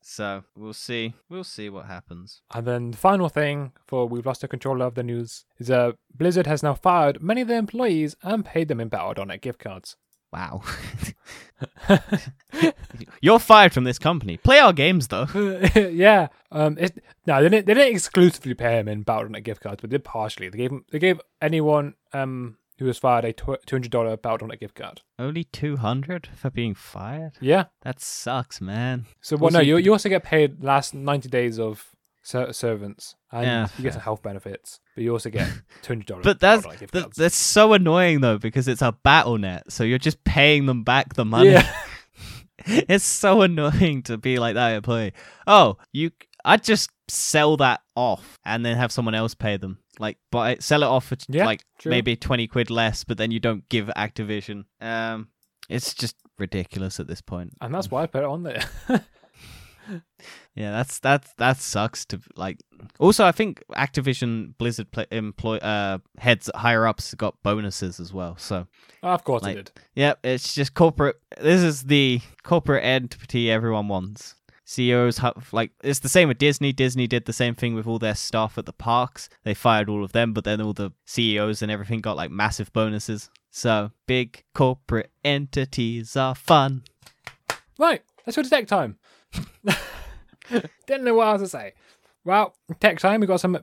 B: so we'll see. We'll see what happens.
A: And then the final thing for we've lost the control of the news is uh, Blizzard has now fired many of their employees and paid them in Battle.net gift cards.
B: Wow. You're fired from this company. Play our games though.
A: yeah. Um. It, no, they didn't. They didn't exclusively pay him in Battle.net gift cards, but they did partially. They gave him. They gave anyone um who was fired a tw- two hundred dollar Battle.net gift card.
B: Only 200 for being fired?
A: Yeah.
B: That sucks, man.
A: So well,
B: Also,
A: no,
B: you
A: you
B: could-
A: you also get paid last ninety days of ser- servants, and
B: Yeah,
A: you get some health benefits, but you also get two hundred dollars.
B: But that's th- that's so annoying though because it's a battle net, so you're just paying them back the money.
A: Yeah.
B: it's so annoying to be like that at play. Oh, you I just sell that off and then have someone else pay them. Like buy sell it off for
A: Yeah,
B: like
A: true.
B: maybe 20 quid less, but then you don't give Activision. Um it's just ridiculous at this point.
A: and that's why I put it on there.
B: Yeah, that's that's that sucks to like. Also, I think Activision Blizzard pla employ uh, heads higher ups got bonuses as well. So
A: of course I
B: Like-
A: did.
B: yep, it's just corporate. This is the corporate entity everyone wants. CEOs have like it's the same with Disney. Disney did the same thing with all their staff at the parks. They fired all of them, but then all the CEOs and everything got like massive bonuses. So big corporate entities are fun.
A: Right, let's go to tech time. Didn't know what else to say. Well, tech time. We've got some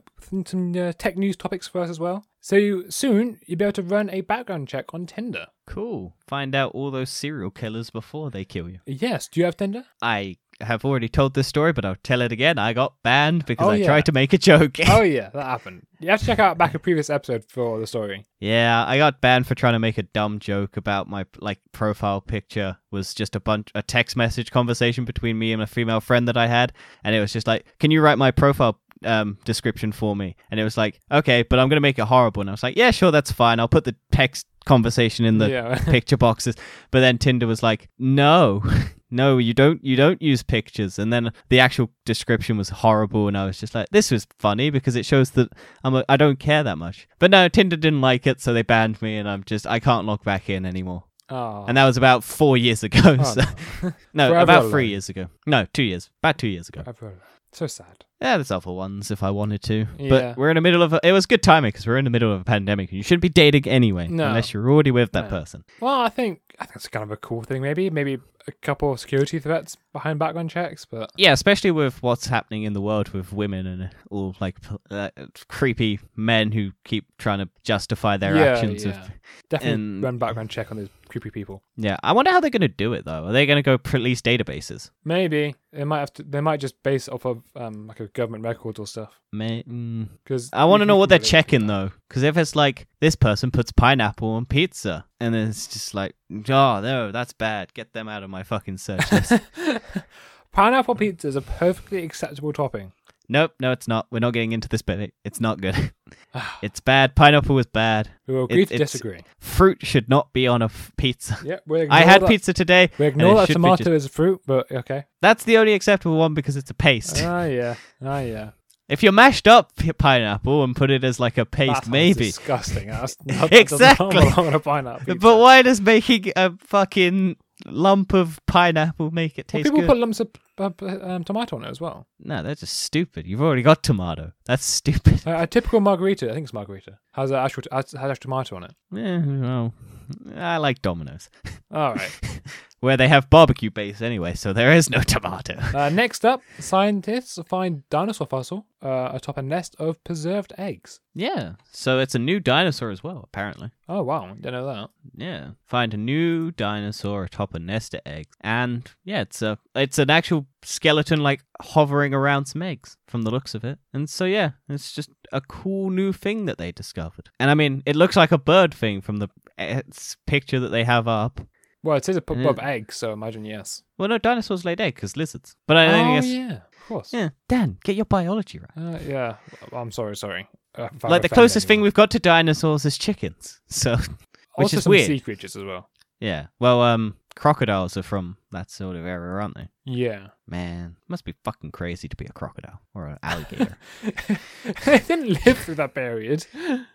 A: some uh, tech news topics for us as well. So you, soon you'll be able to run a background check on Tinder.
B: Cool. Find out all those serial killers before they kill you.
A: Yes. Do you have Tinder?
B: I have already told this story, but I'll tell it again. I got banned because
A: Oh,
B: I
A: yeah.
B: tried to make a joke.
A: oh yeah, that happened. You have to check out back a previous episode for the story.
B: yeah, I got banned for trying to make a dumb joke about my like profile picture was just a bunch a text message conversation between me and a female friend that I had, and it was just like, "Can you write my profile um, description for me?" And it was like, "Okay, but I'm gonna make it horrible." And I was like, "Yeah, sure, that's fine. I'll put the text conversation in the
A: yeah.
B: picture boxes. But then Tinder was like, no, no, you don't, you don't use pictures. And then the actual description was horrible, and I was just like, this was funny because it shows that I'm a, I don't care that much. But no, Tinder didn't like it, so they banned me, and I'm just I can't log back in anymore.
A: oh.
B: And that was about four years ago.
A: Oh,
B: so.
A: no.
B: No,
A: Forever
B: about
A: alone.
B: three years ago. No, two years. About two years ago.
A: Everyone- so sad.
B: Yeah, there's other ones if I wanted to.
A: Yeah.
B: But we're in the middle of a, it was good timing because we're in the middle of a pandemic and you shouldn't be dating anyway
A: No.
B: unless you're already with that
A: No.
B: person.
A: Well, I think I think it's kind of a cool thing. Maybe maybe a couple of security threats behind background checks, but
B: yeah, especially with what's happening in the world with women and all like p- uh, creepy men who keep trying to justify their
A: yeah,
B: actions.
A: yeah.
B: Of,
A: definitely
B: and-
A: run background check on those creepy people.
B: yeah, I wonder how they're going to do it though. Are they going to go police databases?
A: Maybe they might have to. They might just base it off of um like a government records or stuff.
B: May- mm.
A: Because
B: I want to know what they're checking though, because if it's like this person puts pineapple on pizza, and then it's just like, oh no, that's bad. Get them out of my fucking search list.
A: Pineapple pizza is a perfectly acceptable topping.
B: nope, no, it's not. We're not getting into this bit. It's not good. it's bad. Pineapple was bad.
A: We will agree
B: It-
A: to
B: it's-
A: disagree.
B: Fruit should not be on a f- pizza.
A: Yeah, we ignore
B: I had
A: that.
B: pizza today.
A: We
B: and
A: ignore
B: it
A: that
B: should be
A: tomato
B: just-
A: is a fruit, but okay.
B: That's the only acceptable one because it's a paste.
A: Ah, yeah. Ah, yeah.
B: if you mashed up p- pineapple and put it as like a paste,
A: That sounds
B: maybe.
A: disgusting. That's not, that doesn't
B: Exactly.
A: belong on a pineapple. pizza.
B: But why does making a fucking lump of pineapple make it
A: Well,
B: taste
A: people
B: good?
A: put lumps of uh, um, tomato on it as well.
B: No, that's just stupid. You've already got tomato. That's stupid.
A: Uh, a typical margarita, I think it's margarita, has a actual has, has actual tomato on it.
B: Eh, well, I like Domino's,
A: All right.
B: where they have barbecue base anyway, so there is no tomato.
A: Uh, next up, scientists find dinosaur fossil uh, atop a nest of preserved eggs.
B: yeah, so it's a new dinosaur as well, apparently.
A: Oh wow, didn't know that.
B: Yeah, find a new dinosaur atop a nest of eggs, and yeah, it's a it's an actual skeleton like hovering around some eggs from the looks of it. And so yeah, it's just a cool new thing that they discovered. And I mean, it looks like a bird thing from the eh, s- picture that they have up.
A: Well, it says a pop
B: Yeah.
A: of eggs, so imagine yes.
B: Well, no, dinosaurs laid eggs because lizards. But I, I
A: oh
B: guess
A: yeah, of course.
B: yeah, Dan, get your biology right.
A: Uh, yeah. I'm sorry, sorry. Uh, if I've
B: like the
A: offended
B: closest thing
A: anyone.
B: we've got to dinosaurs is chickens. So which
A: also
B: is
A: some
B: weird.
A: sea creatures as well.
B: yeah, well, um, crocodiles are from that sort of area, aren't they?
A: Yeah.
B: Man, must be fucking crazy to be a crocodile or an alligator.
A: they didn't live through that period.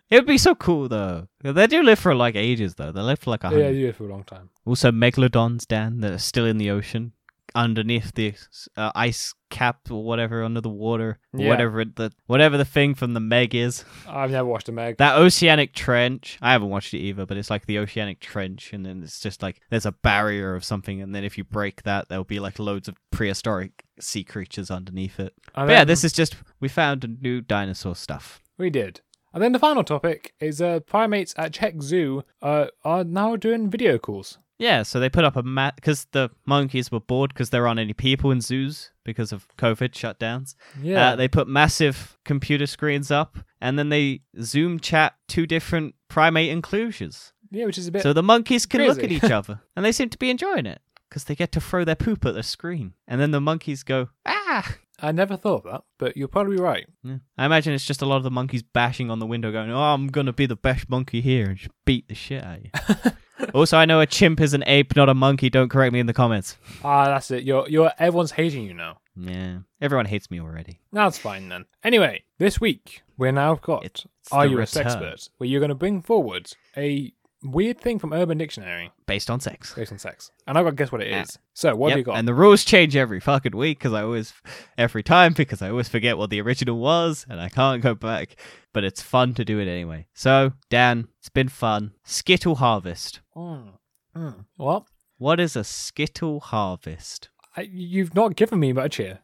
B: it would be so cool though. They do live for like ages though. They live for like a
A: Yeah,
B: hundred.
A: you did for a long time.
B: Also, megalodons, Dan, that are still in the ocean. underneath the uh, ice cap or whatever under the water, or
A: Yeah.
B: whatever it- the whatever the thing from the Meg is.
A: I've never watched a Meg.
B: That oceanic trench. I haven't watched it either, but it's like the oceanic trench, and then it's just like there's a barrier of something, and then if you break that, there'll be like loads of prehistoric sea creatures underneath it.
A: And
B: But yeah,
A: then-
B: this is just we found a new dinosaur stuff.
A: We did. And then the final topic is uh, primates at Czech Zoo uh, are now doing video calls.
B: Yeah, so they put up a mat because the monkeys were bored because there aren't any people in zoos because of COVID shutdowns.
A: Yeah.
B: Uh, they put massive computer screens up and then they Zoom chat two different primate inclusions.
A: yeah, which is a bit.
B: So the monkeys can look at
A: Crazy.
B: each other and they seem to be enjoying it because they get to throw their poop at the screen. And then the monkeys go, ah!
A: I never thought of that, but you're probably right.
B: Yeah. I imagine it's just a lot of the monkeys bashing on the window going, oh, I'm going to be the best monkey here and just beat the shit out of you. also, I know a chimp is an ape, not a monkey. Don't correct me in the comments.
A: Ah, that's it. You're, you're, everyone's hating you now.
B: Yeah. Everyone hates me already.
A: That's fine then. Anyway, this week we're now got
B: It's
A: Are
B: the
A: You
B: return.
A: a Sexpert? Where you're going to bring forward a weird thing from Urban Dictionary
B: Based on sex.
A: based on sex. And I've got to guess what it is. So, what
B: Yep,
A: have you got?
B: And the rules change every fucking week because I always, every time, because I always forget what the original was and I can't go back. But it's fun to do it anyway. So, Dan, it's been fun. Skittle harvest.
A: Mm, mm. Well,
B: What is a skittle harvest?
A: I, you've not given me much here.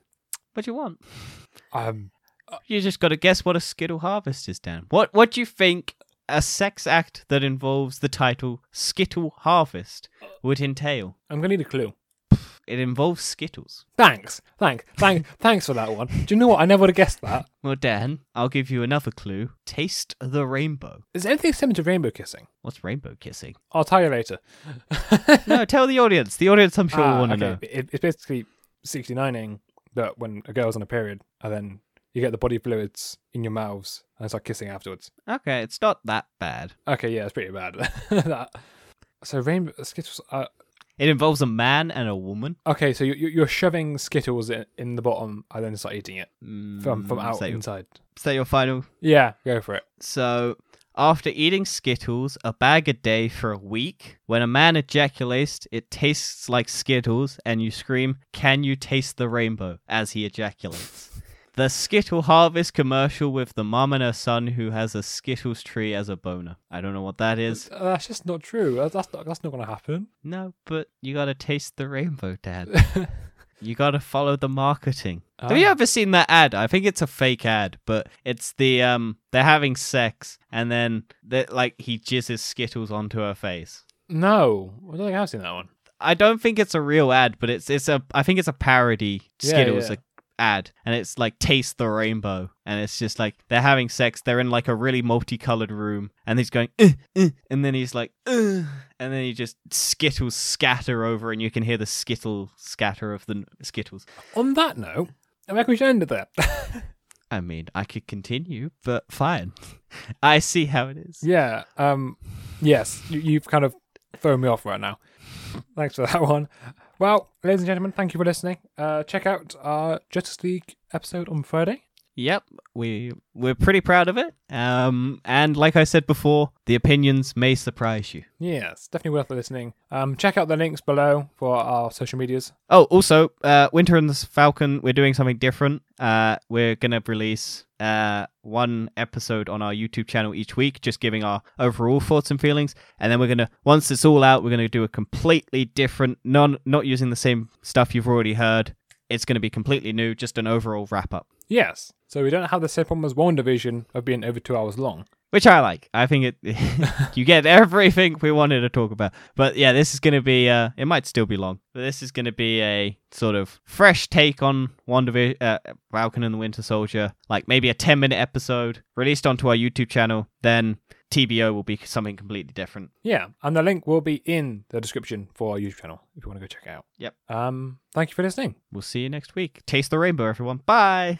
B: What do you want?
A: Um,
B: You just got to guess what a skittle harvest is, Dan. What What do you think a sex act that involves the title skittle harvest would entail?
A: I'm going to need a clue.
B: It involves skittles.
A: Thanks, thanks, thanks, thanks for that one. Do you know what? I never would have guessed that.
B: Well, Dan, I'll give you another clue. Taste the rainbow.
A: Is anything similar to rainbow kissing?
B: What's rainbow kissing?
A: I'll tell you later.
B: no, tell the audience. The audience, I'm sure,
A: Ah,
B: will want to
A: okay. It, it's basically 69ing, but when a girl's on a period, and then you get the body fluids in your mouths and start kissing afterwards.
B: know. Okay, it's not that bad.
A: Okay, yeah, it's pretty bad. that. So rainbow skittles. Uh,
B: It involves a man and a woman.
A: okay, so you, you- you're shoving skittles in, in the bottom, and then start eating it
B: Mm,
A: from from out
B: Is that, your,
A: inside.
B: is that your final?
A: Yeah, go for it.
B: So, after eating Skittles a bag a day for a week, when a man ejaculates, it tastes like Skittles, and you scream, Can you taste the rainbow? as he ejaculates. the Skittle Harvest commercial with the mum and her son who has a Skittles tree as a boner. I don't know what that is.
A: Uh, that's just not true. That's that's not, that's not going to happen.
B: No, but you gotta taste the rainbow, Dad. you gotta follow the marketing. Have you
A: Ah.
B: ever seen that ad? I think it's a fake ad, but it's the um they're having sex and then they like he jizzes Skittles onto her face.
A: No, I don't think I've seen that one.
B: I don't think it's a real ad, but it's it's a I think it's a parody
A: Yeah,
B: Skittles
A: yeah.
B: like, ad, and it's like taste the rainbow, and it's just like they're having sex. They're in like a really multicolored room, and he's going, "Uh, uh," and then he's like, "Uh," and then he just Skittles scatter over, and you can hear the Skittle scatter of the n- Skittles.
A: On that note, I reckon we should end it there.
B: I mean, I could continue, but fine. I see how it is.
A: yeah. Um. Yes, you, you've kind of thrown me off right now. Thanks for that one. Well, ladies and gentlemen, thank you for listening. Uh, check out our Justice League episode on Friday.
B: Yep, we we're pretty proud of it. Um, and like I said before, the opinions may surprise you.
A: Yes, definitely worth listening. Um, check out the links below for our social medias.
B: Oh, also, uh, Winter and the Falcon, we're doing something different. Uh, we're going to release uh, one episode on our YouTube channel each week, just giving our overall thoughts and feelings. And then we're going to, once it's all out, we're going to do a completely different, non, not using the same stuff you've already heard. It's going to be completely new, just an overall wrap up,
A: Yes, so we don't have the same problem as One Division of being over two hours long.
B: which I like. I think it, you get everything we wanted to talk about. But yeah, this is going to be, uh, it might still be long, but this is going to be a sort of fresh take on WandaVision, uh, Falcon and the Winter Soldier, like maybe a 10 minute episode released onto our YouTube channel. Then TBO will be something completely different.
A: Yeah, and the link will be in the description for our YouTube channel if you want to go check it out.
B: Yep.
A: Um, thank you for listening.
B: We'll see you next week. Taste the rainbow, everyone. Bye.